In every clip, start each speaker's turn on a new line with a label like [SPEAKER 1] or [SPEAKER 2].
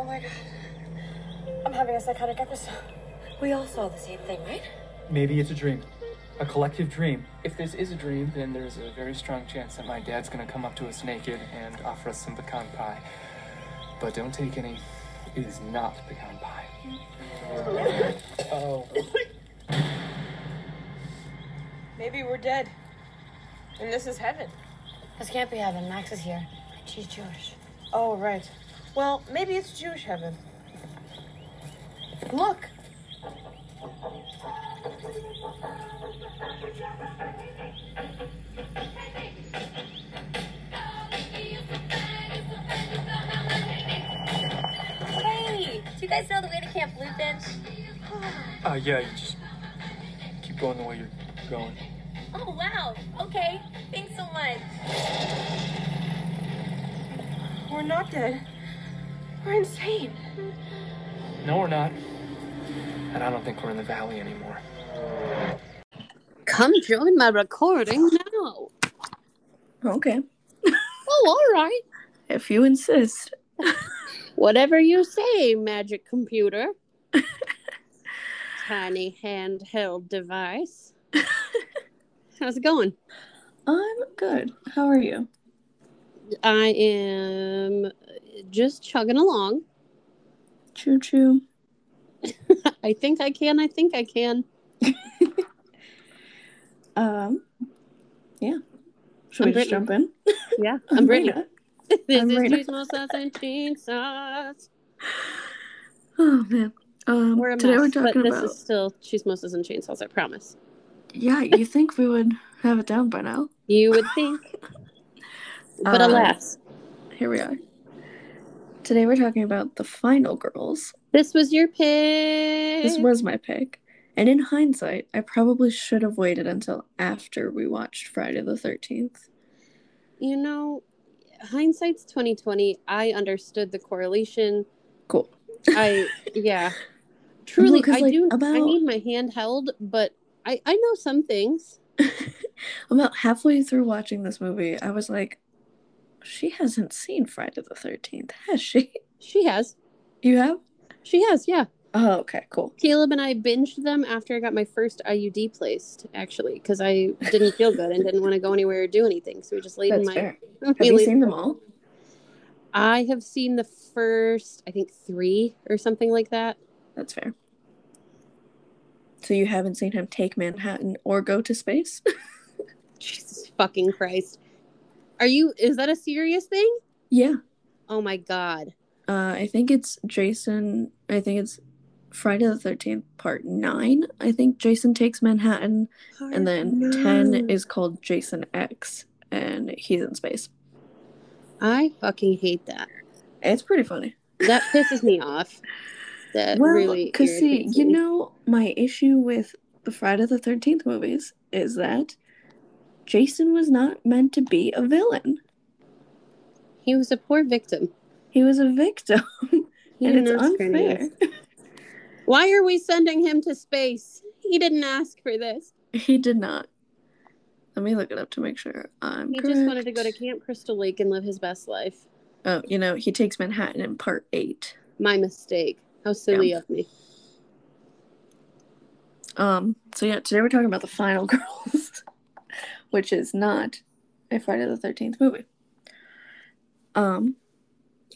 [SPEAKER 1] Oh a psychotic episode. We all saw the same thing, right?
[SPEAKER 2] Maybe it's a dream. A collective dream.
[SPEAKER 3] If this is a dream, then there's a very strong chance that my dad's gonna come up to us naked and offer us some pecan pie. But don't take any. It is not pecan pie.
[SPEAKER 2] Oh.
[SPEAKER 4] Maybe we're dead. And this is heaven.
[SPEAKER 1] This can't be heaven. Max is here. She's Jewish.
[SPEAKER 4] Oh, right. Well, maybe it's Jewish heaven.
[SPEAKER 1] Look!
[SPEAKER 5] Hey, do you guys know the way to Camp Blue Bench?
[SPEAKER 3] Uh, yeah, you just keep going the way you're going.
[SPEAKER 5] Oh, wow. Okay, thanks so much.
[SPEAKER 4] We're not dead. We're insane.
[SPEAKER 3] No, we're not. And I don't think we're in the valley anymore.
[SPEAKER 6] Come join my recording now.
[SPEAKER 7] Okay,
[SPEAKER 6] Oh, all right.
[SPEAKER 7] if you insist.
[SPEAKER 6] Whatever you say, magic computer. Tiny handheld device. How's it going?
[SPEAKER 7] I'm good. How are you?
[SPEAKER 6] I am just chugging along.
[SPEAKER 7] Choo choo.
[SPEAKER 6] I think I can. I think I can.
[SPEAKER 7] Um, yeah. Should we
[SPEAKER 6] I'm
[SPEAKER 7] just
[SPEAKER 6] Brittany.
[SPEAKER 7] jump in?
[SPEAKER 6] Yeah, I'm ready.
[SPEAKER 7] Rita.
[SPEAKER 6] This
[SPEAKER 7] I'm
[SPEAKER 6] is
[SPEAKER 7] Rita.
[SPEAKER 6] Gizmo Sauce and Cheese Sauce.
[SPEAKER 7] Oh man. Um,
[SPEAKER 6] We're a
[SPEAKER 7] today
[SPEAKER 6] mess,
[SPEAKER 7] we're
[SPEAKER 6] but
[SPEAKER 7] talking
[SPEAKER 6] this
[SPEAKER 7] about.
[SPEAKER 6] is still Chismosas and Chainsaws, I promise.
[SPEAKER 7] Yeah, you think we would have it down by now?
[SPEAKER 6] You would think. but
[SPEAKER 7] Um,
[SPEAKER 6] alas,
[SPEAKER 7] Here we are. Today we're talking about the final girls.
[SPEAKER 6] this was your pick.
[SPEAKER 7] This was my pick. And in hindsight, I probably should have waited until after we watched Friday the 13th.
[SPEAKER 6] You know, hindsight's 2020. I understood the correlation.
[SPEAKER 7] Cool.
[SPEAKER 6] I yeah. Truly,
[SPEAKER 7] 'cause,
[SPEAKER 6] I
[SPEAKER 7] like,
[SPEAKER 6] do I
[SPEAKER 7] about-
[SPEAKER 6] need my hand held, but I I know some things.
[SPEAKER 7] About halfway through watching this movie, I was like, she hasn't seen Friday the 13th, has she?
[SPEAKER 6] She has.
[SPEAKER 7] You have?
[SPEAKER 6] She has, yeah.
[SPEAKER 7] Oh, okay, cool.
[SPEAKER 6] Caleb and I binged them after I got my first IUD placed, actually, because I didn't feel good and didn't want to go anywhere or do anything. So we just laid in
[SPEAKER 7] That's
[SPEAKER 6] my.
[SPEAKER 7] fair.
[SPEAKER 6] we
[SPEAKER 7] Have you
[SPEAKER 6] laid-
[SPEAKER 7] seen them all?
[SPEAKER 6] I have seen the first, I think, three or something like that.
[SPEAKER 7] That's fair. So you haven't seen him take Manhattan or go to space?
[SPEAKER 6] Jesus fucking Christ. Are you, is that a serious thing?
[SPEAKER 7] yeah.
[SPEAKER 6] Oh my God.
[SPEAKER 7] Uh, I think it's Jason. I think it's Friday the Thirteenth Part Nine. I think Jason takes Manhattan, and then ten is called Jason X, and he's in space.
[SPEAKER 6] I fucking hate that.
[SPEAKER 7] It's pretty funny.
[SPEAKER 6] That pisses me off.
[SPEAKER 7] uh,
[SPEAKER 6] That really.
[SPEAKER 7] because see,
[SPEAKER 6] irritates
[SPEAKER 7] you
[SPEAKER 6] me.
[SPEAKER 7] know, my issue with the Friday the Thirteenth movies is that Jason was not meant to be a villain.
[SPEAKER 6] He was a poor victim.
[SPEAKER 7] He was a victim,
[SPEAKER 6] He
[SPEAKER 7] and it's
[SPEAKER 6] didn't ask for any of
[SPEAKER 7] unfair.
[SPEAKER 6] this. Why are we sending him to space? He didn't ask for this.
[SPEAKER 7] He did not. Let me look it up to make sure I'm.
[SPEAKER 6] He just wanted to go to
[SPEAKER 7] correct.
[SPEAKER 6] Camp Crystal Lake and live his best life.
[SPEAKER 7] Oh, you know, he takes Manhattan in part eight.
[SPEAKER 6] My mistake. How silly of me.
[SPEAKER 7] Um, so yeah, today we're talking about the final girls, which is not a Friday the thirteenth movie. Um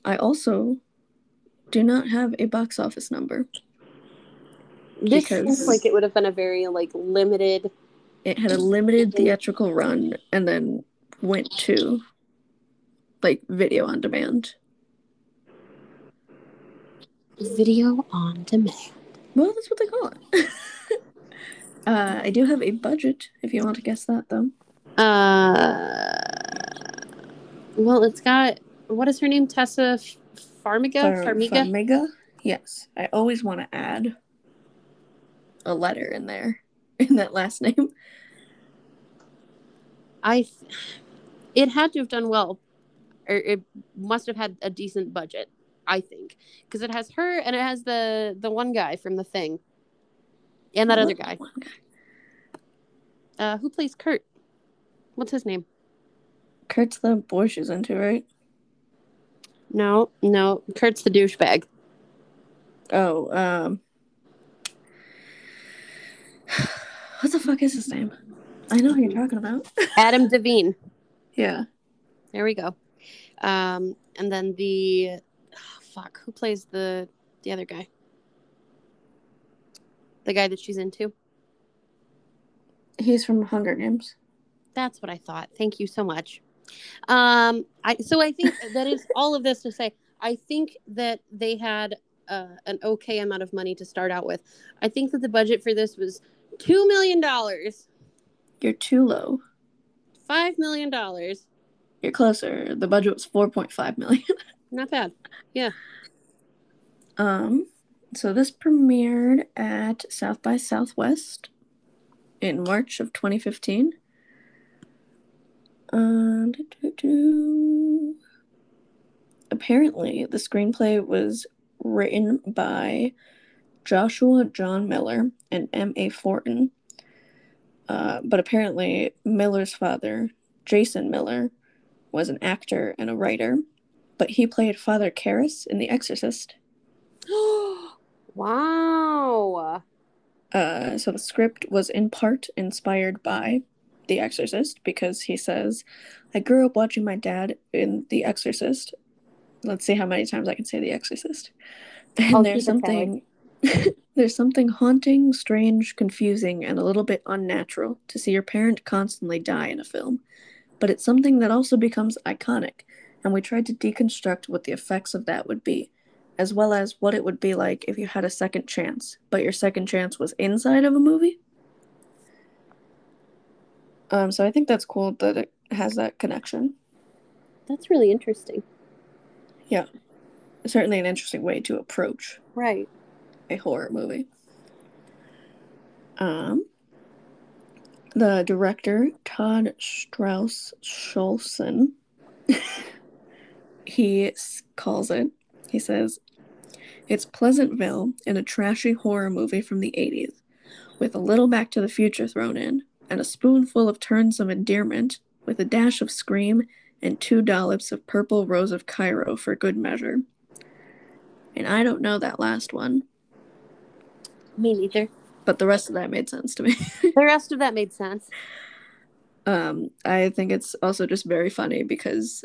[SPEAKER 7] I also do not have a box office number.
[SPEAKER 6] This
[SPEAKER 7] Because-
[SPEAKER 6] seems like it would have been a very like limited.
[SPEAKER 7] It had a limited theatrical run and then went to like video on demand.
[SPEAKER 6] Video on demand.
[SPEAKER 7] Well, that's what they call it. uh, I do have a budget if you want to guess that though.
[SPEAKER 6] Uh, well, it's got what is her name? Tessa F- Farmiga.
[SPEAKER 7] Far-
[SPEAKER 6] Farmiga.
[SPEAKER 7] Farmiga? Yes. I always want to add a letter in there in that last name.
[SPEAKER 6] I. It had to have done well, or it must have had a decent budget. I think because it has her and it has the the one guy from the thing, and that other guy uh, who plays Kurt. What's his name?
[SPEAKER 7] Kurt's the Borscht is into, right?
[SPEAKER 6] No, no, Kurt's the douchebag.
[SPEAKER 7] Oh, um, what the fuck is his name? I know who you're talking about.
[SPEAKER 6] Adam Devine.
[SPEAKER 7] Yeah,
[SPEAKER 6] There we go. Um, and then the oh, fuck, who plays the the other guy? The guy that she's into.
[SPEAKER 7] he's from Hunger Games.
[SPEAKER 6] That's what I thought. Thank you so much. Um, I so I think that is all of this to say. I think that they had uh, an okay amount of money to start out with. I think that the budget for this was two million dollars,
[SPEAKER 7] You're too low.
[SPEAKER 6] five million dollars.
[SPEAKER 7] You're closer. The budget was 4.5 million.
[SPEAKER 6] Not bad.
[SPEAKER 7] Um, so this premiered at South by Southwest in March of 2015. Uh, do-do-do. Apparently, the screenplay was written by Joshua John Miller and M.A. Fortin. Uh, but apparently, Miller's father, Jason Miller, was an actor and a writer, but he played Father Karras in The Exorcist.
[SPEAKER 6] wow.
[SPEAKER 7] Uh, so the script was in part inspired by The Exorcist because he says, I grew up watching my dad in The Exorcist. Let's see how many times I can say The Exorcist. And
[SPEAKER 6] I'll
[SPEAKER 7] there's
[SPEAKER 6] keep it
[SPEAKER 7] something there's something haunting, strange, confusing, and a little bit unnatural to see your parent constantly die in a film. But it's something that also becomes iconic, and we tried to deconstruct what the effects of that would be as well as what it would be like if you had a second chance, but your second chance was inside of a movie. Um, so I think that's cool that it has that connection.
[SPEAKER 6] That's really interesting.
[SPEAKER 7] Certainly an interesting way to approach
[SPEAKER 6] Right.
[SPEAKER 7] a horror movie. Um, the director, Todd Strauss Scholson, he s- calls it, he says, it's Pleasantville in a trashy horror movie from the 80s, with a little Back to the Future thrown in, and a spoonful of turns of endearment, with a dash of scream, and two dollops of purple rose of Cairo for good measure. And I don't know that last one,
[SPEAKER 6] Me neither.
[SPEAKER 7] but the rest of that made sense to me.
[SPEAKER 6] The rest of that made sense.
[SPEAKER 7] Um, I think it's also just very funny because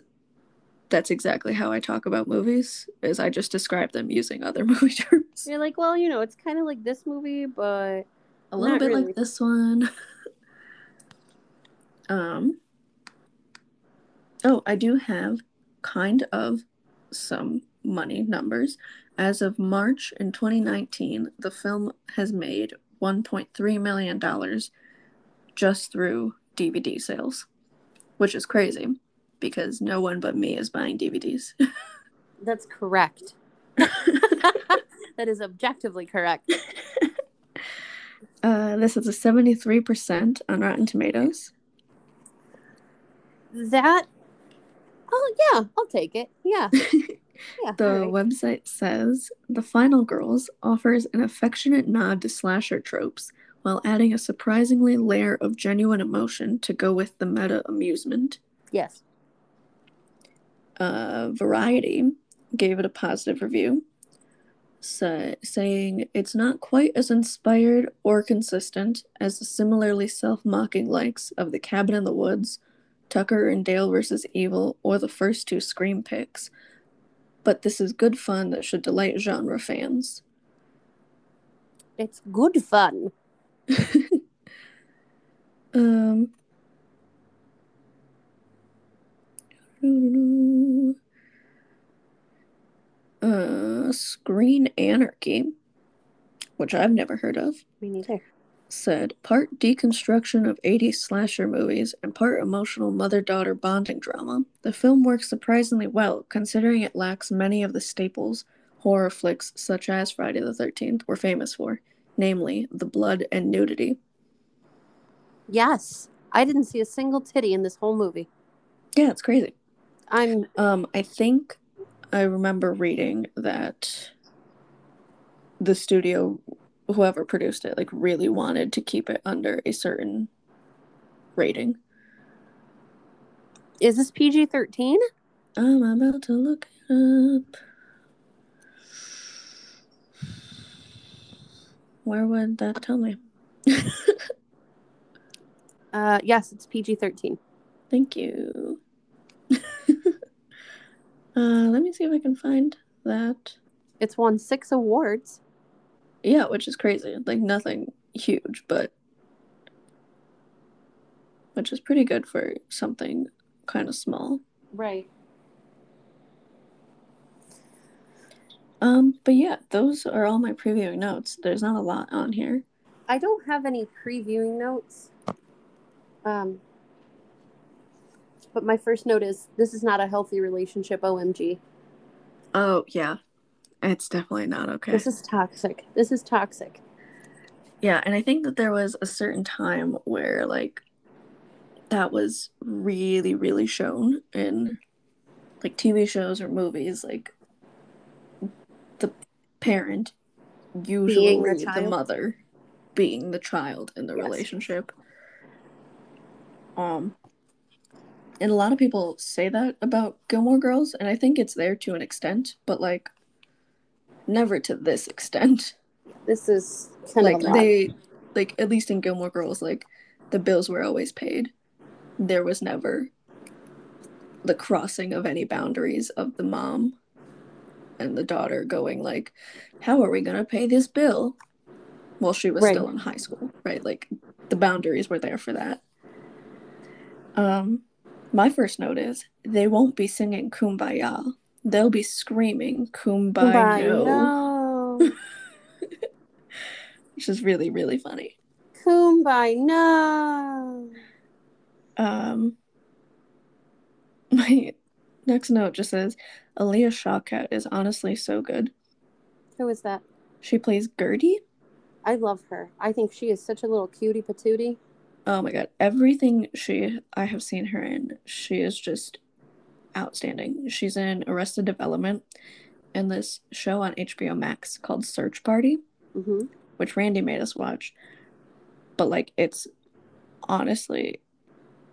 [SPEAKER 7] that's exactly how I talk about movies is I just describe them using other movie terms.
[SPEAKER 6] You're like, well, you know, it's kind of like this movie, but
[SPEAKER 7] A little
[SPEAKER 6] Not
[SPEAKER 7] bit
[SPEAKER 6] really.
[SPEAKER 7] like this one. um Oh, I do have kind of some money numbers. As of March in 2019, the film has made 1.3 million dollars just through DVD sales, which is crazy because no one but me is buying DVDs.
[SPEAKER 6] that's correct. that is objectively correct.
[SPEAKER 7] Uh, this is a 73% on Rotten Tomatoes.
[SPEAKER 6] That, oh, yeah, I'll take it. Yeah. Yeah.
[SPEAKER 7] The
[SPEAKER 6] all right.
[SPEAKER 7] website says The Final Girls offers an affectionate nod to slasher tropes while adding a surprisingly layer of genuine emotion to go with the meta amusement.
[SPEAKER 6] Yes.
[SPEAKER 7] Uh, Variety gave it a positive review, sa- saying it's not quite as inspired or consistent as the similarly self mocking likes of The Cabin in the Woods, Tucker and Dale vs. Evil, or the first two Scream picks, but this is good fun that should delight genre fans.
[SPEAKER 6] It's good fun.
[SPEAKER 7] um. Uh, Screen Anarchy, which I've never heard of,
[SPEAKER 6] Me neither.
[SPEAKER 7] said part deconstruction of 80s slasher movies and part emotional mother daughter bonding drama, the film works surprisingly well considering it lacks many of the staples horror flicks such as Friday the 13th were famous for, namely the blood and nudity.
[SPEAKER 6] Yes. I didn't see a single titty in this whole movie.
[SPEAKER 7] Yeah, it's crazy.
[SPEAKER 6] I'm,
[SPEAKER 7] Um, I think I remember reading that the studio, whoever produced it, like really wanted to keep it under a certain rating.
[SPEAKER 6] is this PG 13?
[SPEAKER 7] I'm about to look it up. Where would that tell me?
[SPEAKER 6] Uh, yes, it's PG thirteen.
[SPEAKER 7] Thank you. uh, let me see if I can find that.
[SPEAKER 6] It's won six awards.
[SPEAKER 7] Yeah, which is crazy. Like nothing huge, but which is pretty good for something kind of small.
[SPEAKER 6] Right.
[SPEAKER 7] Um, but yeah, those are all my previewing notes. There's not a lot on here.
[SPEAKER 6] I don't have any previewing notes. Um, but my first note is this is not a healthy relationship. OMG,
[SPEAKER 7] Oh yeah, it's definitely not okay.
[SPEAKER 6] this is toxic. This is toxic.
[SPEAKER 7] Yeah, and I think that there was a certain time where like that was really really shown in like TV shows or movies like the parent usually
[SPEAKER 6] Being the
[SPEAKER 7] the,
[SPEAKER 6] child.
[SPEAKER 7] mother being the child in the
[SPEAKER 6] Yes.
[SPEAKER 7] relationship. Um and a lot of people say that about Gilmore Girls and I think it's there to an extent, but like never to this extent
[SPEAKER 6] This is kind
[SPEAKER 7] like
[SPEAKER 6] of a lot.
[SPEAKER 7] they like at least in Gilmore Girls like the bills were always paid. There was never the crossing of any boundaries of the mom and the daughter going like how are we going to pay this bill while she was
[SPEAKER 6] Right.
[SPEAKER 7] still in high school, right? Like the boundaries were there for that. Um my first note is they won't be singing kumbaya. They'll be screaming kumbaya,
[SPEAKER 6] Bye. No.
[SPEAKER 7] which is really really funny.
[SPEAKER 6] Kumbaya. No.
[SPEAKER 7] Um, my next note just says Aaliyah Shawkat is honestly so good.
[SPEAKER 6] Who is that?
[SPEAKER 7] She plays Gertie.
[SPEAKER 6] I love her. I think she is such a little cutie patootie.
[SPEAKER 7] Oh my god, everything she I have seen her in, she is just outstanding. She's in Arrested Development and this show on HBO Max called Search Party,
[SPEAKER 6] hmm
[SPEAKER 7] which Randy made us watch. But like it's honestly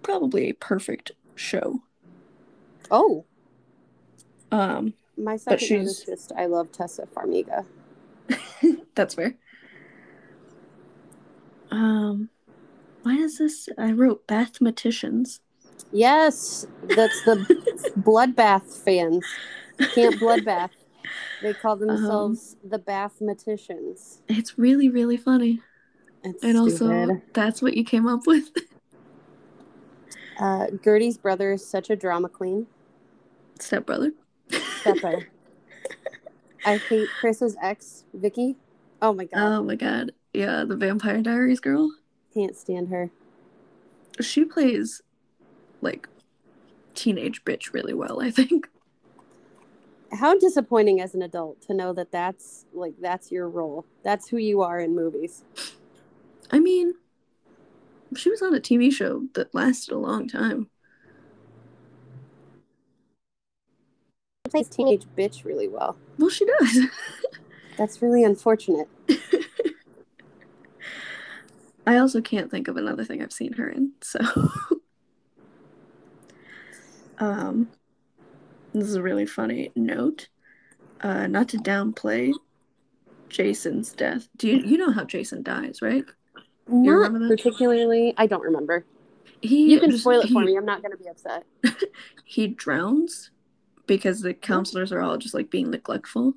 [SPEAKER 7] probably a perfect show.
[SPEAKER 6] Oh,
[SPEAKER 7] Um
[SPEAKER 6] my second note is
[SPEAKER 7] she's-
[SPEAKER 6] just I love Tessa Farmiga.
[SPEAKER 7] That's fair. Um, why is this? I wrote mathematicians.
[SPEAKER 6] Yes, that's the bloodbath fans. Camp Bloodbath. They
[SPEAKER 7] Um,
[SPEAKER 6] call themselves the Bathmaticians.
[SPEAKER 7] It's really, really funny.
[SPEAKER 6] It's
[SPEAKER 7] And also,
[SPEAKER 6] stupid.
[SPEAKER 7] that's what you came up with.
[SPEAKER 6] uh, Gertie's brother is such a drama queen.
[SPEAKER 7] Stepbrother.
[SPEAKER 6] Pepper. I hate Chris's ex, Vicky. Oh my god,
[SPEAKER 7] Oh my god. Yeah, the Vampire Diaries girl.
[SPEAKER 6] can't stand her.
[SPEAKER 7] She plays like teenage bitch really well, I think.
[SPEAKER 6] How disappointing as an adult to know that that's like that's your role. That's who you are in movies.
[SPEAKER 7] I mean, she was on a TV show that lasted a long time.
[SPEAKER 6] She plays teenage bitch really well.
[SPEAKER 7] Well, she does.
[SPEAKER 6] That's really unfortunate.
[SPEAKER 7] I also can't think of another thing I've seen her in. So, um, this is a really funny note. Uh, not to downplay Jason's death. Do you you know how Jason dies, right?
[SPEAKER 6] Not
[SPEAKER 7] remember that?
[SPEAKER 6] particularly. I don't remember.
[SPEAKER 7] He
[SPEAKER 6] You can
[SPEAKER 7] just-
[SPEAKER 6] spoil it for
[SPEAKER 7] he-
[SPEAKER 6] me. I'm not going to be upset.
[SPEAKER 7] He drowns because the counselors are all just like being neglectful.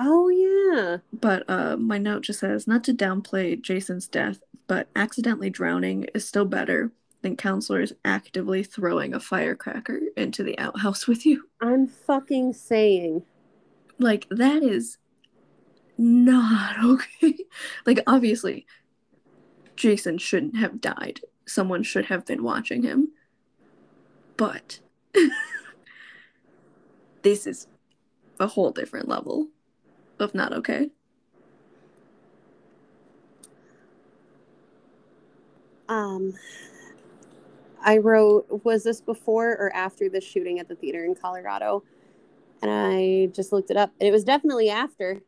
[SPEAKER 6] Oh yeah.
[SPEAKER 7] But uh, my note just says not to downplay Jason's death, but accidentally drowning is still better than counselors actively throwing a firecracker into the outhouse with you.
[SPEAKER 6] I'm fucking saying.
[SPEAKER 7] Like, that is not okay. like, obviously, Jason shouldn't have died. Someone should have been watching him. But this is a whole different level of not okay.
[SPEAKER 6] Um I wrote was this before or after the shooting at the theater in Colorado? And I just looked it up and it was definitely after.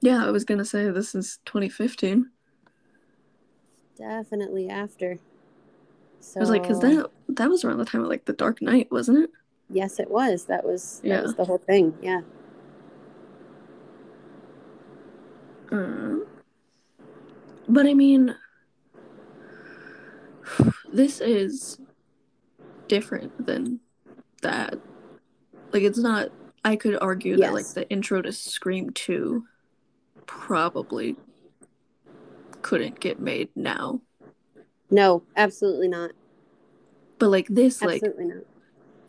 [SPEAKER 7] Yeah, I was gonna say this is 2015.
[SPEAKER 6] Definitely after.
[SPEAKER 7] I
[SPEAKER 6] So
[SPEAKER 7] was like, because that that was around the time of like The Dark Knight, wasn't it?
[SPEAKER 6] Yes, it was. That was that
[SPEAKER 7] Yeah.
[SPEAKER 6] was the whole thing. Yeah.
[SPEAKER 7] Um, But I mean, this is different than that. Like, it's not. I could argue that, like,
[SPEAKER 6] Yes.
[SPEAKER 7] the intro to Scream 2 probably couldn't get made now.
[SPEAKER 6] No, absolutely not.
[SPEAKER 7] But, like, this, like,
[SPEAKER 6] Absolutely not.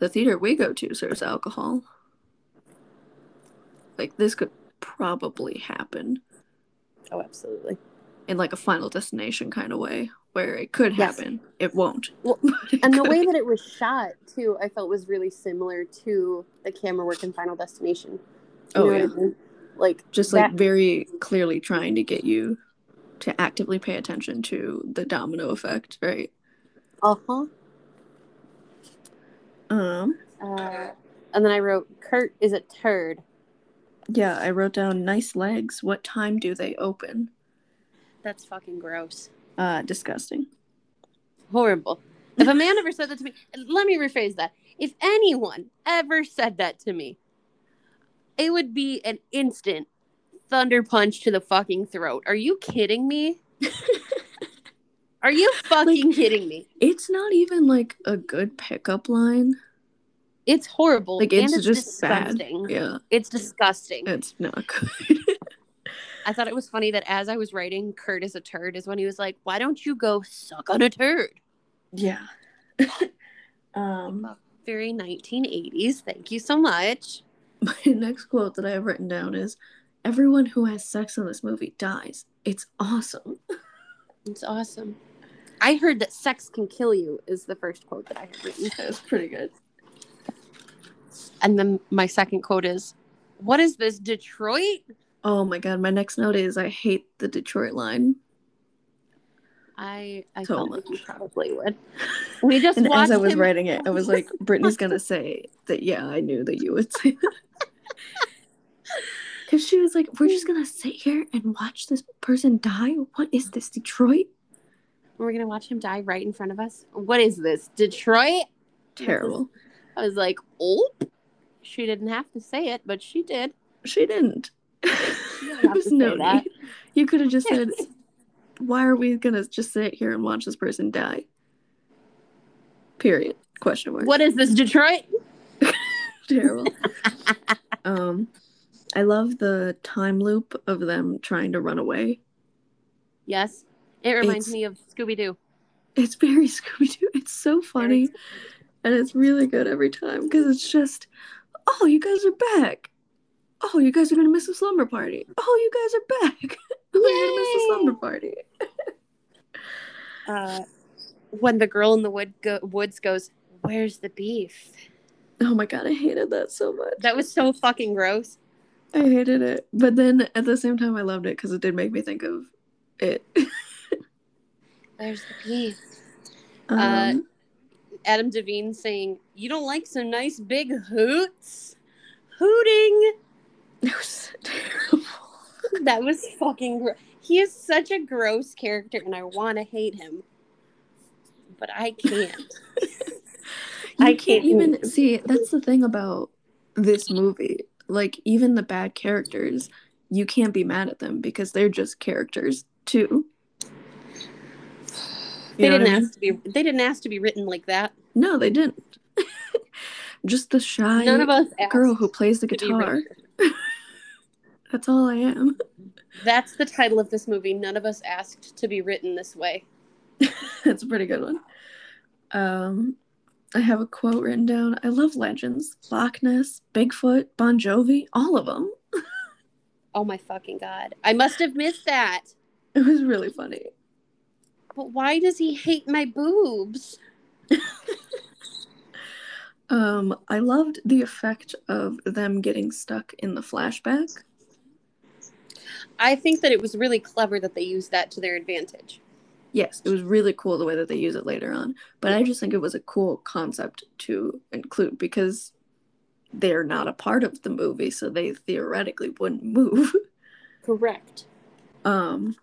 [SPEAKER 7] the theater we go to serves alcohol. Like, this could probably happen
[SPEAKER 6] Oh, absolutely.
[SPEAKER 7] in, like, a final destination kind of way where it could
[SPEAKER 6] Yes.
[SPEAKER 7] happen. It won't.
[SPEAKER 6] Well,
[SPEAKER 7] But it
[SPEAKER 6] And the
[SPEAKER 7] could.
[SPEAKER 6] way that it was shot too, I felt was really similar to the camera work in Final Destination. You
[SPEAKER 7] Oh,
[SPEAKER 6] know what
[SPEAKER 7] yeah.
[SPEAKER 6] I mean? Like
[SPEAKER 7] just
[SPEAKER 6] that-
[SPEAKER 7] like very clearly trying to get you to actively pay attention to the domino effect, right?
[SPEAKER 6] uh-huh.
[SPEAKER 7] Um,
[SPEAKER 6] Uh, and then I wrote, Kurt is a turd.
[SPEAKER 7] yeah, I wrote down nice legs. What time do they open?
[SPEAKER 6] That's fucking gross.
[SPEAKER 7] Uh, disgusting.
[SPEAKER 6] Horrible. If a man ever said that to me, let me rephrase that. If anyone ever said that to me, it would be an instant thunder punch to the fucking throat. Are you kidding me? Are you fucking kidding me?
[SPEAKER 7] It's not even like a good pickup line.
[SPEAKER 6] It's horrible.
[SPEAKER 7] Like,
[SPEAKER 6] and
[SPEAKER 7] it's just bad.
[SPEAKER 6] disgusting.
[SPEAKER 7] Yeah,
[SPEAKER 6] It's disgusting.
[SPEAKER 7] it's not good.
[SPEAKER 6] I thought it was funny that as I was writing Kurt is a turd is when he was like, Why don't you go suck on a turd?
[SPEAKER 7] yeah. um,
[SPEAKER 6] Very 1980s. Thank you so much.
[SPEAKER 7] my next quote that I have written down is Everyone who has sex in this movie dies. It's awesome.
[SPEAKER 6] It's awesome. I heard that sex can kill you is the first quote that I have written.
[SPEAKER 7] That's pretty good.
[SPEAKER 6] And then my second quote is, What is this, Detroit?
[SPEAKER 7] Oh my god, my next note is I hate the Detroit line.
[SPEAKER 6] I, I
[SPEAKER 7] So
[SPEAKER 6] felt like
[SPEAKER 7] much.
[SPEAKER 6] you probably would. We just
[SPEAKER 7] And
[SPEAKER 6] watched
[SPEAKER 7] as I was
[SPEAKER 6] him-
[SPEAKER 7] writing it, I was like, Brittany's gonna say that yeah, I knew that you would say that. Cause she was like, We're just gonna sit here and watch this person die? What is this, Detroit?
[SPEAKER 6] We're going to watch him die right in front of us. What is this, Detroit?
[SPEAKER 7] Terrible.
[SPEAKER 6] I was like, Oh, she didn't have to say it, but she did.
[SPEAKER 7] She didn't.
[SPEAKER 6] have
[SPEAKER 7] There
[SPEAKER 6] to
[SPEAKER 7] was
[SPEAKER 6] say
[SPEAKER 7] no
[SPEAKER 6] that.
[SPEAKER 7] need. You could have just said, Why are we gonna just sit here and watch this person die? Period. Question mark.
[SPEAKER 6] What is this, Detroit?
[SPEAKER 7] terrible. um, I love the time loop of them trying to run away.
[SPEAKER 6] Yes. It reminds
[SPEAKER 7] It's-
[SPEAKER 6] me of Scooby Doo.
[SPEAKER 7] It's very Scooby Doo. It's so funny, and it's really good every time because it's just, oh, you guys are back. Oh, you guys are gonna miss the slumber party. Oh, you guys are back. oh, you're gonna miss the
[SPEAKER 6] Yay!
[SPEAKER 7] slumber party.
[SPEAKER 6] Uh, when the girl in the wood go- woods goes, Where's the beef?
[SPEAKER 7] Oh my god, I hated that so much.
[SPEAKER 6] That was so fucking gross.
[SPEAKER 7] I hated it, but then at the same time, I loved it because it did make me think of it.
[SPEAKER 6] Where's the beef?
[SPEAKER 7] um,
[SPEAKER 6] Uh, Adam Devine saying, You don't like some nice big hoots? Hooting.
[SPEAKER 7] it was terrible.
[SPEAKER 6] That was fucking gross. He is such a gross character, and I want to hate him, but I can't.
[SPEAKER 7] You
[SPEAKER 6] I
[SPEAKER 7] can't
[SPEAKER 6] can't
[SPEAKER 7] even
[SPEAKER 6] move.
[SPEAKER 7] see. That's the thing about this movie. Like even the bad characters, you can't be mad at them because they're just characters too.
[SPEAKER 6] They
[SPEAKER 7] You know what
[SPEAKER 6] didn't
[SPEAKER 7] I mean?
[SPEAKER 6] ask to be. They didn't ask to be written like that.
[SPEAKER 7] No, they didn't. just the shy
[SPEAKER 6] None of us. Asked.
[SPEAKER 7] girl who plays the
[SPEAKER 6] to be
[SPEAKER 7] guitar. That's all I am.
[SPEAKER 6] That's the title of this movie. None of us asked to be written this way.
[SPEAKER 7] That's a pretty good one. Um, I have a quote written down. I love legends: Loch Ness, Bigfoot, Bon Jovi, all of them.
[SPEAKER 6] Oh my fucking god! I must have missed that.
[SPEAKER 7] It was really funny.
[SPEAKER 6] But why does he hate my boobs?
[SPEAKER 7] Um, I loved the effect of them getting stuck in the flashback.
[SPEAKER 6] I think that it was really clever that they used that to their advantage.
[SPEAKER 7] Yes, it was really cool the way that they use it later on, but I just think it was a cool concept to include because they're not a part of the movie, so they theoretically wouldn't move.
[SPEAKER 6] Correct.
[SPEAKER 7] Um,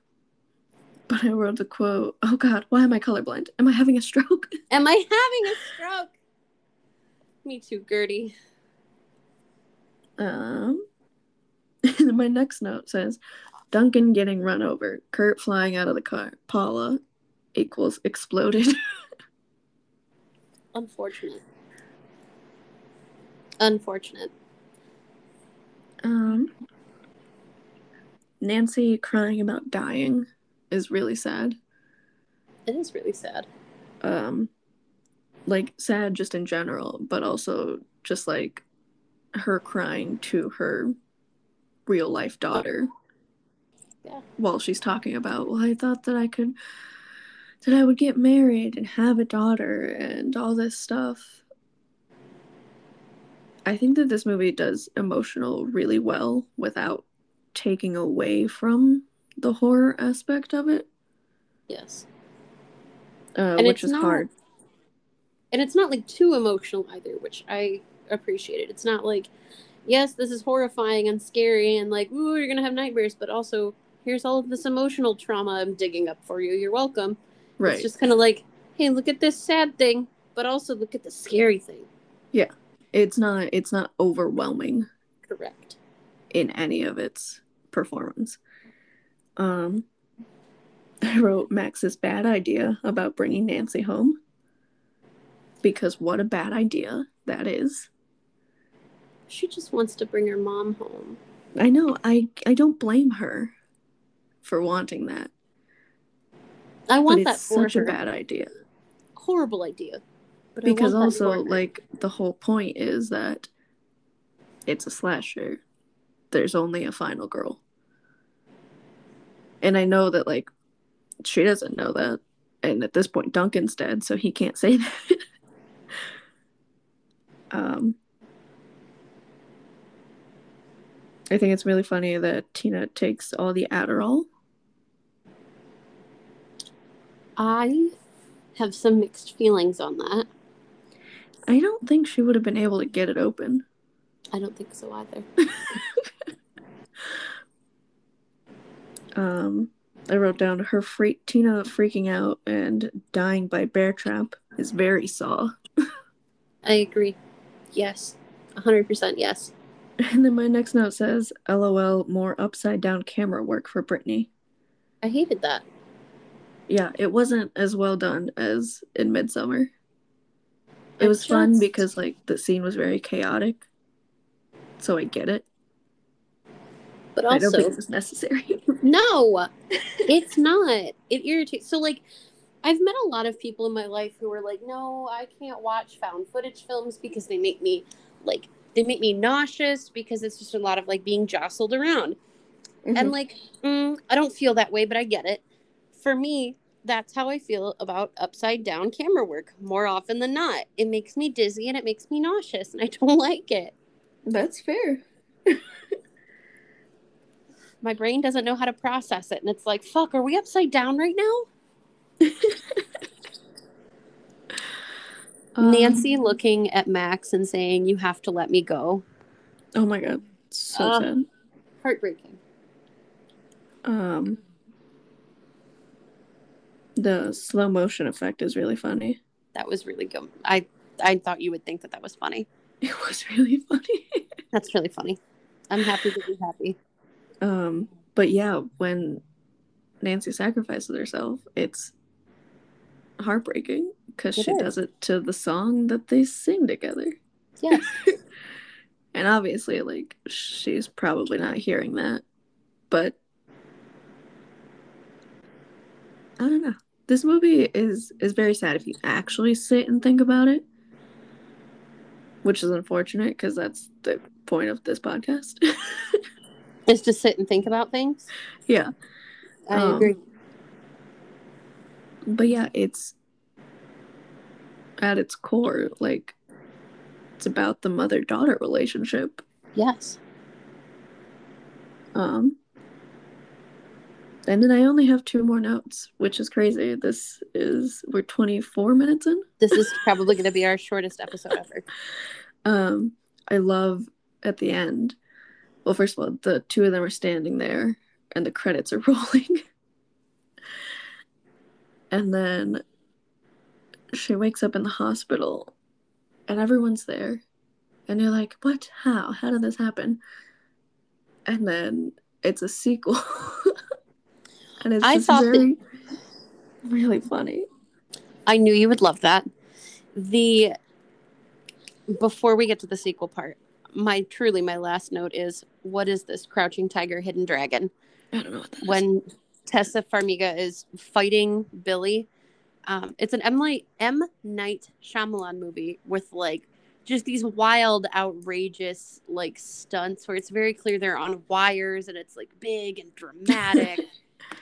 [SPEAKER 7] but I wrote the quote, "Oh God, why am I colorblind? Am I having a stroke?"
[SPEAKER 6] Am I having a stroke? Me too, Gertie.
[SPEAKER 7] Um, and then my next note says, Duncan getting run over, Kurt flying out of the car, Paula equals exploded.
[SPEAKER 6] Unfortunate. Unfortunate.
[SPEAKER 7] um, Nancy crying about dying is really sad.
[SPEAKER 6] It is really sad.
[SPEAKER 7] um like sad just in general but also just like her crying to her real life daughter
[SPEAKER 6] Yeah.
[SPEAKER 7] while she's talking about well i thought that i could that i would get married and have a daughter and all this stuff i think that this movie does emotional really well without taking away from the horror aspect of it
[SPEAKER 6] Yes.
[SPEAKER 7] uh,
[SPEAKER 6] And
[SPEAKER 7] which
[SPEAKER 6] it's
[SPEAKER 7] is
[SPEAKER 6] not-
[SPEAKER 7] hard
[SPEAKER 6] And it's not like too emotional either, which I appreciated. It's not like, yes, this is horrifying and scary and like, ooh, you're going to have nightmares, but also here's all of this emotional trauma I'm digging up for you. You're welcome.
[SPEAKER 7] right
[SPEAKER 6] It's just kind of like, hey, look at this sad thing, but also look at the scary thing.
[SPEAKER 7] it's not it's not overwhelming
[SPEAKER 6] Correct.
[SPEAKER 7] in any of its performance um i wrote max's bad idea about bringing nancy home because what a bad idea that is
[SPEAKER 6] She just wants to bring her mom home.
[SPEAKER 7] i know i i don't blame her for wanting that
[SPEAKER 6] I
[SPEAKER 7] but
[SPEAKER 6] want
[SPEAKER 7] it's
[SPEAKER 6] that for
[SPEAKER 7] such
[SPEAKER 6] her.
[SPEAKER 7] a bad idea
[SPEAKER 6] Horrible idea. But I
[SPEAKER 7] because
[SPEAKER 6] want that
[SPEAKER 7] also
[SPEAKER 6] for her.
[SPEAKER 7] like the whole point is that it's a slasher there's only a final girl and i know that like she doesn't know that and at this point duncan's dead so he can't say that um i think it's really funny that tina takes all the adderall
[SPEAKER 6] I have some mixed feelings on that.
[SPEAKER 7] i don't think she would have been able to get it open
[SPEAKER 6] I don't think so either.
[SPEAKER 7] Um, I wrote down her freak Tina freaking out and dying by bear trap is very saw.
[SPEAKER 6] I agree. Yes. 100% yes.
[SPEAKER 7] And then my next note says, "LOL, more upside down camera work for Brittany."
[SPEAKER 6] I hated that.
[SPEAKER 7] Yeah, it wasn't as well done as in Midsummer. It
[SPEAKER 6] I
[SPEAKER 7] was fun
[SPEAKER 6] just-
[SPEAKER 7] because like the scene was very chaotic, so I get it.
[SPEAKER 6] But
[SPEAKER 7] I don't think
[SPEAKER 6] also,
[SPEAKER 7] it was necessary.
[SPEAKER 6] no, it's not. It irritates. So, like, I've met a lot of people in my life who are like, no, I can't watch found footage films because they make me, like, they make me nauseous because it's just a lot of, like, being jostled around. and like mm, i don't feel that way but i get it for me that's how i feel about upside down camera work more often than not it makes me dizzy and it makes me nauseous and i don't like it
[SPEAKER 7] That's fair.
[SPEAKER 6] my brain doesn't know how to process it and it's like fuck are we upside down right now nancy
[SPEAKER 7] Um,
[SPEAKER 6] looking at max and saying you have to let me go
[SPEAKER 7] Oh my god, so
[SPEAKER 6] Uh,
[SPEAKER 7] sad.
[SPEAKER 6] heartbreaking
[SPEAKER 7] Um, the slow motion effect is really funny.
[SPEAKER 6] that was really good i i thought you would think that that was funny
[SPEAKER 7] It was really funny.
[SPEAKER 6] that's really funny i'm happy to be happy
[SPEAKER 7] um, but yeah, when Nancy sacrifices herself, it's heartbreaking because
[SPEAKER 6] It
[SPEAKER 7] she
[SPEAKER 6] is.
[SPEAKER 7] does it to the song that they sing together.
[SPEAKER 6] yes
[SPEAKER 7] And obviously, like, she's probably not hearing that, but I don't know. This movie is is very sad if you actually sit and think about it, which is unfortunate because that's the point of this podcast.
[SPEAKER 6] is to sit and think about things
[SPEAKER 7] yeah,
[SPEAKER 6] i
[SPEAKER 7] Um,
[SPEAKER 6] agree
[SPEAKER 7] but yeah, it's at its core, like, it's about the mother daughter relationship.
[SPEAKER 6] yes
[SPEAKER 7] Um, and then I only have two more notes, which is crazy. This is we're 24 minutes in.
[SPEAKER 6] this is probably going to be our shortest episode ever.
[SPEAKER 7] Um, I love at the end. Well, first of all, the two of them are standing there, and the credits are rolling. and then she wakes up in the hospital, and everyone's there, and you're like, "What? How? How did this happen?" And then it's a sequel. and it's
[SPEAKER 6] I
[SPEAKER 7] just
[SPEAKER 6] thought that-
[SPEAKER 7] very, really funny.
[SPEAKER 6] I knew you would love that. The before we get to the sequel part, my truly my last note is what is this crouching tiger hidden dragon?
[SPEAKER 7] I don't know what that is.
[SPEAKER 6] When Tessa Farmiga is fighting Billy, um, it's an M Night M Night Shyamalan movie with like just these wild, outrageous like stunts where it's very clear they're on wires and it's like big and dramatic.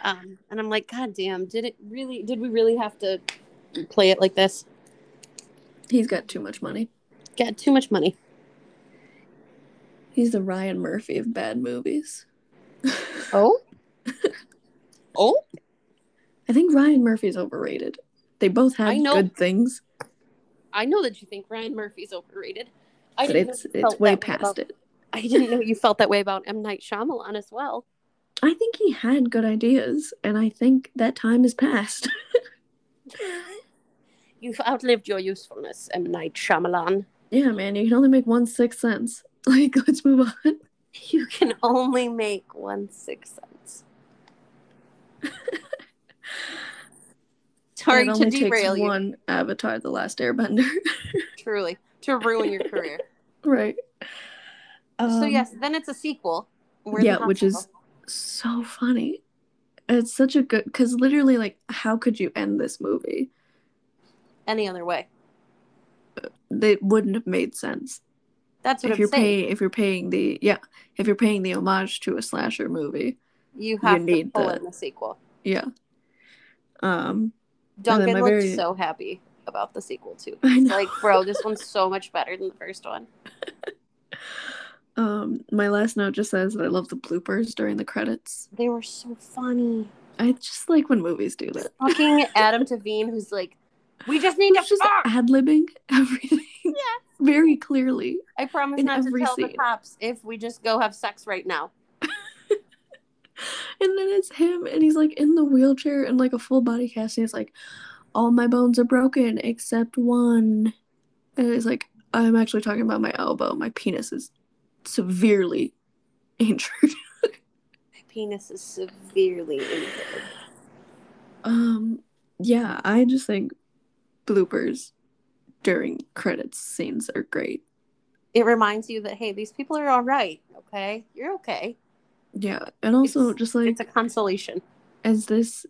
[SPEAKER 6] um, and I'm like, God damn, did it really? Did we really have to play it like this?
[SPEAKER 7] He's got too much money.
[SPEAKER 6] Got too much money.
[SPEAKER 7] He's the Ryan Murphy of bad movies. I
[SPEAKER 6] Oh. oh.
[SPEAKER 7] think Ryan Murphy's overrated. They both
[SPEAKER 6] I
[SPEAKER 7] have
[SPEAKER 6] know.
[SPEAKER 7] good things,
[SPEAKER 6] I know that you think Ryan Murphy's overrated. I
[SPEAKER 7] but
[SPEAKER 6] didn't
[SPEAKER 7] it's
[SPEAKER 6] know you
[SPEAKER 7] it's
[SPEAKER 6] felt
[SPEAKER 7] way
[SPEAKER 6] that about-
[SPEAKER 7] past it.
[SPEAKER 6] I didn't know you felt that way about M Night Shyamalan as well.
[SPEAKER 7] I think he had good ideas, and I think that time is past.
[SPEAKER 6] You've outlived your usefulness, M Night Shyamalan.
[SPEAKER 7] yeah, man, you can only make one sixth sense. Like, let's move on.
[SPEAKER 6] You can only make one six cents. Sorry
[SPEAKER 7] it
[SPEAKER 6] to
[SPEAKER 7] only
[SPEAKER 6] derail
[SPEAKER 7] takes
[SPEAKER 6] you,
[SPEAKER 7] one Avatar: The Last Airbender,
[SPEAKER 6] truly, to ruin your career.
[SPEAKER 7] right?
[SPEAKER 6] so
[SPEAKER 7] Um,
[SPEAKER 6] yes, then it's a sequel. We're
[SPEAKER 7] yeah,
[SPEAKER 6] the
[SPEAKER 7] which is
[SPEAKER 6] hospital.
[SPEAKER 7] so funny. It's such a good because literally, like, how could you end this movie?
[SPEAKER 6] any other way.
[SPEAKER 7] It wouldn't have made sense.
[SPEAKER 6] That's what
[SPEAKER 7] if
[SPEAKER 6] I'm
[SPEAKER 7] you're
[SPEAKER 6] saying.
[SPEAKER 7] paying if you're paying the yeah if you're paying the homage to a slasher movie
[SPEAKER 6] you have to
[SPEAKER 7] need
[SPEAKER 6] pull
[SPEAKER 7] the-
[SPEAKER 6] in the sequel.
[SPEAKER 7] yeah um then
[SPEAKER 6] Duncan
[SPEAKER 7] my
[SPEAKER 6] looked
[SPEAKER 7] very-
[SPEAKER 6] so happy about the sequel too.
[SPEAKER 7] I
[SPEAKER 6] He's
[SPEAKER 7] know.
[SPEAKER 6] like, bro, this one's so much better than the first one.
[SPEAKER 7] um my last note just says that i love the bloopers during the credits
[SPEAKER 6] They were so funny.
[SPEAKER 7] i just like when movies do that
[SPEAKER 6] Fucking Adam Devine, who's like, we just need to
[SPEAKER 7] It's just
[SPEAKER 6] fuck.
[SPEAKER 7] ad-libbing everything yeah very clearly
[SPEAKER 6] I promise
[SPEAKER 7] in
[SPEAKER 6] not to
[SPEAKER 7] every
[SPEAKER 6] tell the
[SPEAKER 7] scene.
[SPEAKER 6] cops if we just go have sex right now.
[SPEAKER 7] and then it's him and he's like in the wheelchair and like a full body cast and he's like all my bones are broken except one and he's like i'm actually talking about my elbow my penis is severely injured
[SPEAKER 6] My penis is severely injured.
[SPEAKER 7] Um, yeah, I just think bloopers during credits scenes are great.
[SPEAKER 6] It reminds you that hey, these people are all right. Okay, you're okay.
[SPEAKER 7] Yeah, and also
[SPEAKER 6] It's-
[SPEAKER 7] just like
[SPEAKER 6] It's a consolation.
[SPEAKER 7] as this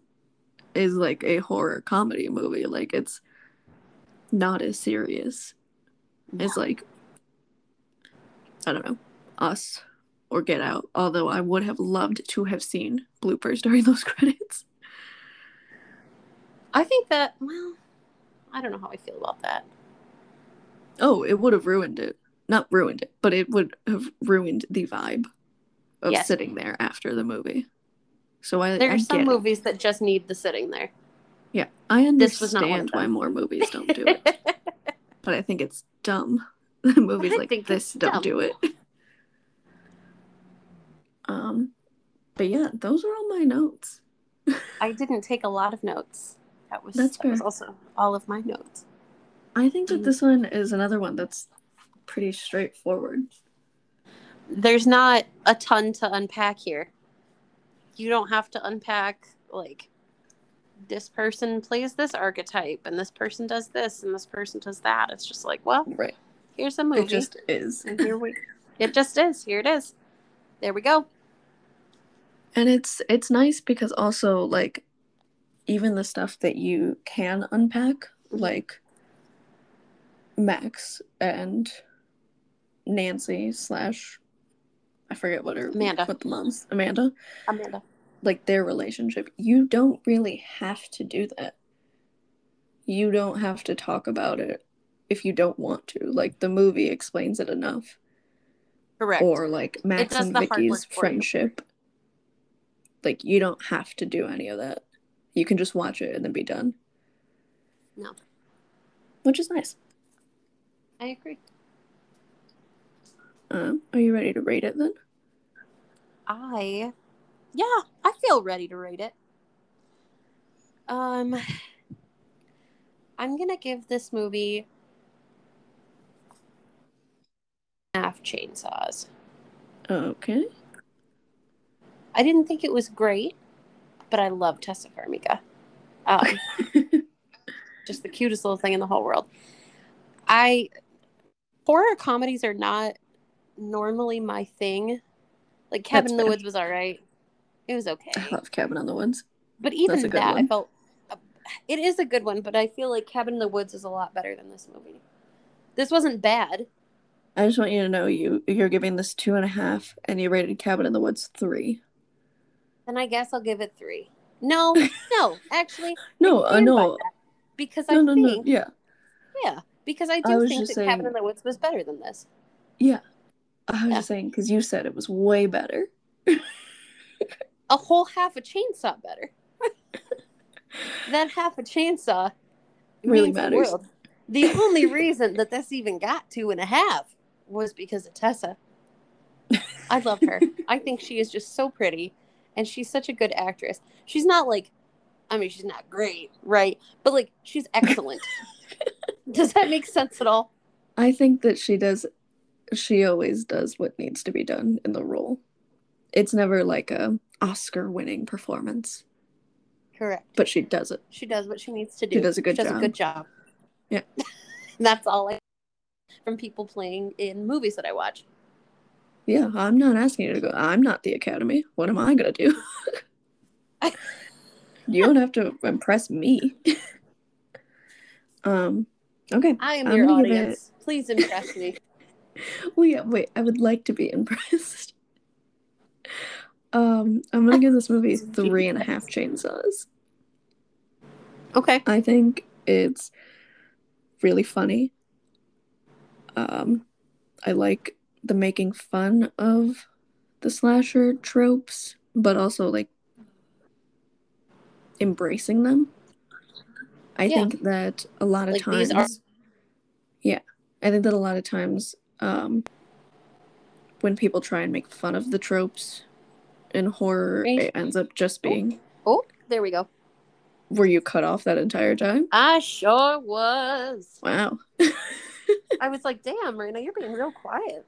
[SPEAKER 7] is like a horror comedy movie, like it's not as serious as like I don't know, Us or Get Out, although I would have loved to have seen bloopers during those credits.
[SPEAKER 6] I think that. Well, I don't know how I feel about that.
[SPEAKER 7] Oh, it would have ruined it. Not ruined it, but it would have ruined the vibe of
[SPEAKER 6] Yes.
[SPEAKER 7] sitting there after the movie. So I
[SPEAKER 6] There
[SPEAKER 7] I
[SPEAKER 6] are some
[SPEAKER 7] get it.
[SPEAKER 6] movies that just need the sitting there.
[SPEAKER 7] Yeah, I understand
[SPEAKER 6] This was not one of
[SPEAKER 7] why
[SPEAKER 6] them.
[SPEAKER 7] more movies don't do it, but I think it's dumb. that movies
[SPEAKER 6] I
[SPEAKER 7] like
[SPEAKER 6] think
[SPEAKER 7] this
[SPEAKER 6] it's
[SPEAKER 7] don't
[SPEAKER 6] dumb.
[SPEAKER 7] do it. Um, but yeah, those are all my notes.
[SPEAKER 6] I didn't take a lot of notes. That was
[SPEAKER 7] That's
[SPEAKER 6] that was
[SPEAKER 7] fair.
[SPEAKER 6] also all of my notes.
[SPEAKER 7] I think that
[SPEAKER 6] Mm.
[SPEAKER 7] this one is another one that's pretty straightforward.
[SPEAKER 6] There's not a ton to unpack here. You don't have to unpack like this person plays this archetype and this person does this and this person does that. It's just like, well,
[SPEAKER 7] Right.
[SPEAKER 6] here's a movie.
[SPEAKER 7] It just is.
[SPEAKER 6] and here we It just is. Here it is. There we go.
[SPEAKER 7] and it's it's nice because also like even the stuff that you can unpack like max and nancy slash i forget what her
[SPEAKER 6] Amanda.
[SPEAKER 7] what the moms amanda
[SPEAKER 6] Amanda.
[SPEAKER 7] like their relationship you don't really have to do that you don't have to talk about it if you don't want to like the movie explains it enough
[SPEAKER 6] Correct.
[SPEAKER 7] or like Max
[SPEAKER 6] does
[SPEAKER 7] and
[SPEAKER 6] the hard
[SPEAKER 7] Vicky's
[SPEAKER 6] work for you.
[SPEAKER 7] friendship. Like you don't have to do any of that. You can just watch it and then be done.
[SPEAKER 6] No.
[SPEAKER 7] Which is nice.
[SPEAKER 6] I agree.
[SPEAKER 7] Um, are you ready to rate it then?
[SPEAKER 6] I yeah, I feel ready to rate it. Um I'm gonna give this movie half chainsaws.
[SPEAKER 7] Okay.
[SPEAKER 6] I didn't think it was great, but I love Tessa Farmiga. Um, just the cutest little thing in the whole world. I horror comedies are not normally my thing. Like Cabin in the
[SPEAKER 7] fair.
[SPEAKER 6] Woods was all right. It was okay.
[SPEAKER 7] I love Cabin on the Woods.
[SPEAKER 6] But even
[SPEAKER 7] a
[SPEAKER 6] that,
[SPEAKER 7] good
[SPEAKER 6] I
[SPEAKER 7] one.
[SPEAKER 6] felt uh, it is a good one, but I feel like Cabin in the Woods is a lot better than this movie. This wasn't bad.
[SPEAKER 7] I just want you to know you you're giving this two and a half, and you rated Cabin in the Woods three.
[SPEAKER 6] Then I guess I'll give it three. No, no, actually,
[SPEAKER 7] No, uh,
[SPEAKER 6] stand by
[SPEAKER 7] no,
[SPEAKER 6] that, because I
[SPEAKER 7] no, no,
[SPEAKER 6] think
[SPEAKER 7] no. Yeah,
[SPEAKER 6] yeah, because I
[SPEAKER 7] I
[SPEAKER 6] do
[SPEAKER 7] was
[SPEAKER 6] think
[SPEAKER 7] just
[SPEAKER 6] that Cabin
[SPEAKER 7] saying-
[SPEAKER 6] in the Woods was better than this.
[SPEAKER 7] I was
[SPEAKER 6] Yeah.
[SPEAKER 7] just saying because you said it was way better.
[SPEAKER 6] A whole half a chainsaw better. that half a chainsaw
[SPEAKER 7] Really
[SPEAKER 6] means the
[SPEAKER 7] matters.
[SPEAKER 6] world. The only reason that this even got two and a half was because of Tessa. I love her. I think she is just so pretty and she's such a good actress. She's not like, I mean, she's not great, right? But like, she's excellent. Does that make sense at all?
[SPEAKER 7] I think that she does. She always does what needs to be done in the role. It's never like a Oscar-winning performance,
[SPEAKER 6] Correct.
[SPEAKER 7] but she does it.
[SPEAKER 6] She does what she needs to do.
[SPEAKER 7] She does a good
[SPEAKER 6] she does
[SPEAKER 7] job.
[SPEAKER 6] a good job.
[SPEAKER 7] Yeah.
[SPEAKER 6] And that's all I from people playing in movies that I watch.
[SPEAKER 7] Yeah, I'm not asking you to go. I'm not the Academy. What am I gonna do? you don't have to impress me. um. Okay.
[SPEAKER 6] I am
[SPEAKER 7] I'm
[SPEAKER 6] your
[SPEAKER 7] gonna give
[SPEAKER 6] audience. Please impress me.
[SPEAKER 7] Wait, wait. I would like to be impressed. Um, I'm gonna give this movie three and a half chainsaws.
[SPEAKER 6] Okay.
[SPEAKER 7] I think it's really funny. Um, I like the making fun of the slasher tropes, but also like embracing them. I
[SPEAKER 6] Yeah.
[SPEAKER 7] think that a lot of
[SPEAKER 6] Like,
[SPEAKER 7] times,
[SPEAKER 6] these are-
[SPEAKER 7] yeah, I think that a lot of times, um, when people try and make fun of the tropes in horror,
[SPEAKER 6] Right.
[SPEAKER 7] it ends up just being,
[SPEAKER 6] Oh, there we go.
[SPEAKER 7] were you cut off that entire time?
[SPEAKER 6] I sure was.
[SPEAKER 7] Wow.
[SPEAKER 6] I was like, damn, Marina, you're being real quiet.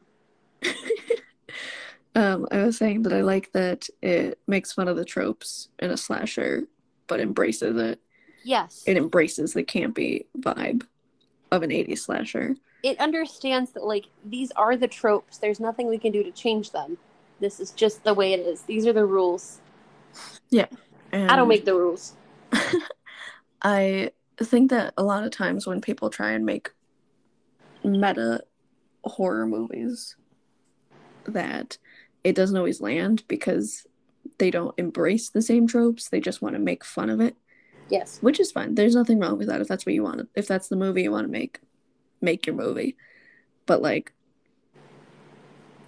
[SPEAKER 7] Um, I was saying that I like that it makes fun of the tropes in a slasher, but embraces it.
[SPEAKER 6] Yes.
[SPEAKER 7] It embraces the campy vibe of an 80s slasher.
[SPEAKER 6] it understands that like these are the tropes. There's nothing we can do to change them. This is just the way it is. These are the rules. I don't
[SPEAKER 7] And
[SPEAKER 6] make the rules.
[SPEAKER 7] I think that a lot of times when people try and make meta horror movies, that it doesn't always land because they don't embrace the same tropes. They just want to make fun of it.
[SPEAKER 6] Yes.
[SPEAKER 7] which is fine. There's nothing wrong with that if that's what you want. If that's the movie you want to make, make your movie. But like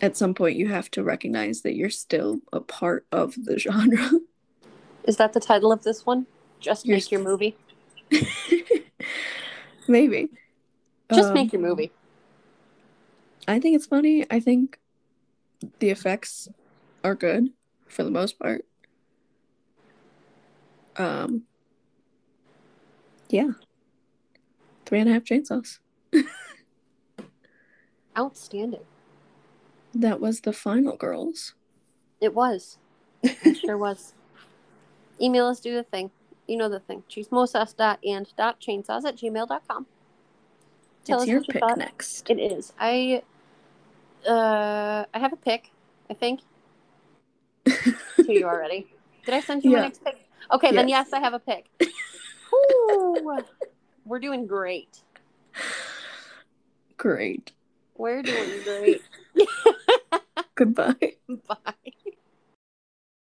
[SPEAKER 7] at some point you have to recognize that you're still a part of the genre.
[SPEAKER 6] Is that the title of this one? Just
[SPEAKER 7] You're-
[SPEAKER 6] make your movie.
[SPEAKER 7] Maybe.
[SPEAKER 6] Just
[SPEAKER 7] Um,
[SPEAKER 6] make your movie.
[SPEAKER 7] I think it's funny. I think the effects are good for the most part. Um yeah. Three and a half chainsaws.
[SPEAKER 6] Outstanding.
[SPEAKER 7] That was the final girls.
[SPEAKER 6] It was. It sure was. Email us, do the thing. You know the thing. Chismosas.and.chainsaws at gmail.com. Tell us
[SPEAKER 7] it's your
[SPEAKER 6] what you
[SPEAKER 7] pick
[SPEAKER 6] thought.
[SPEAKER 7] next.
[SPEAKER 6] It is. I uh I have a pick, I think. to you already. Did I send you
[SPEAKER 7] Yeah.
[SPEAKER 6] my next pick? Okay, then
[SPEAKER 7] Yes.
[SPEAKER 6] yes, I have a pick. Woo! We're doing great.
[SPEAKER 7] Great.
[SPEAKER 6] We're doing great.
[SPEAKER 7] Goodbye.
[SPEAKER 6] Bye.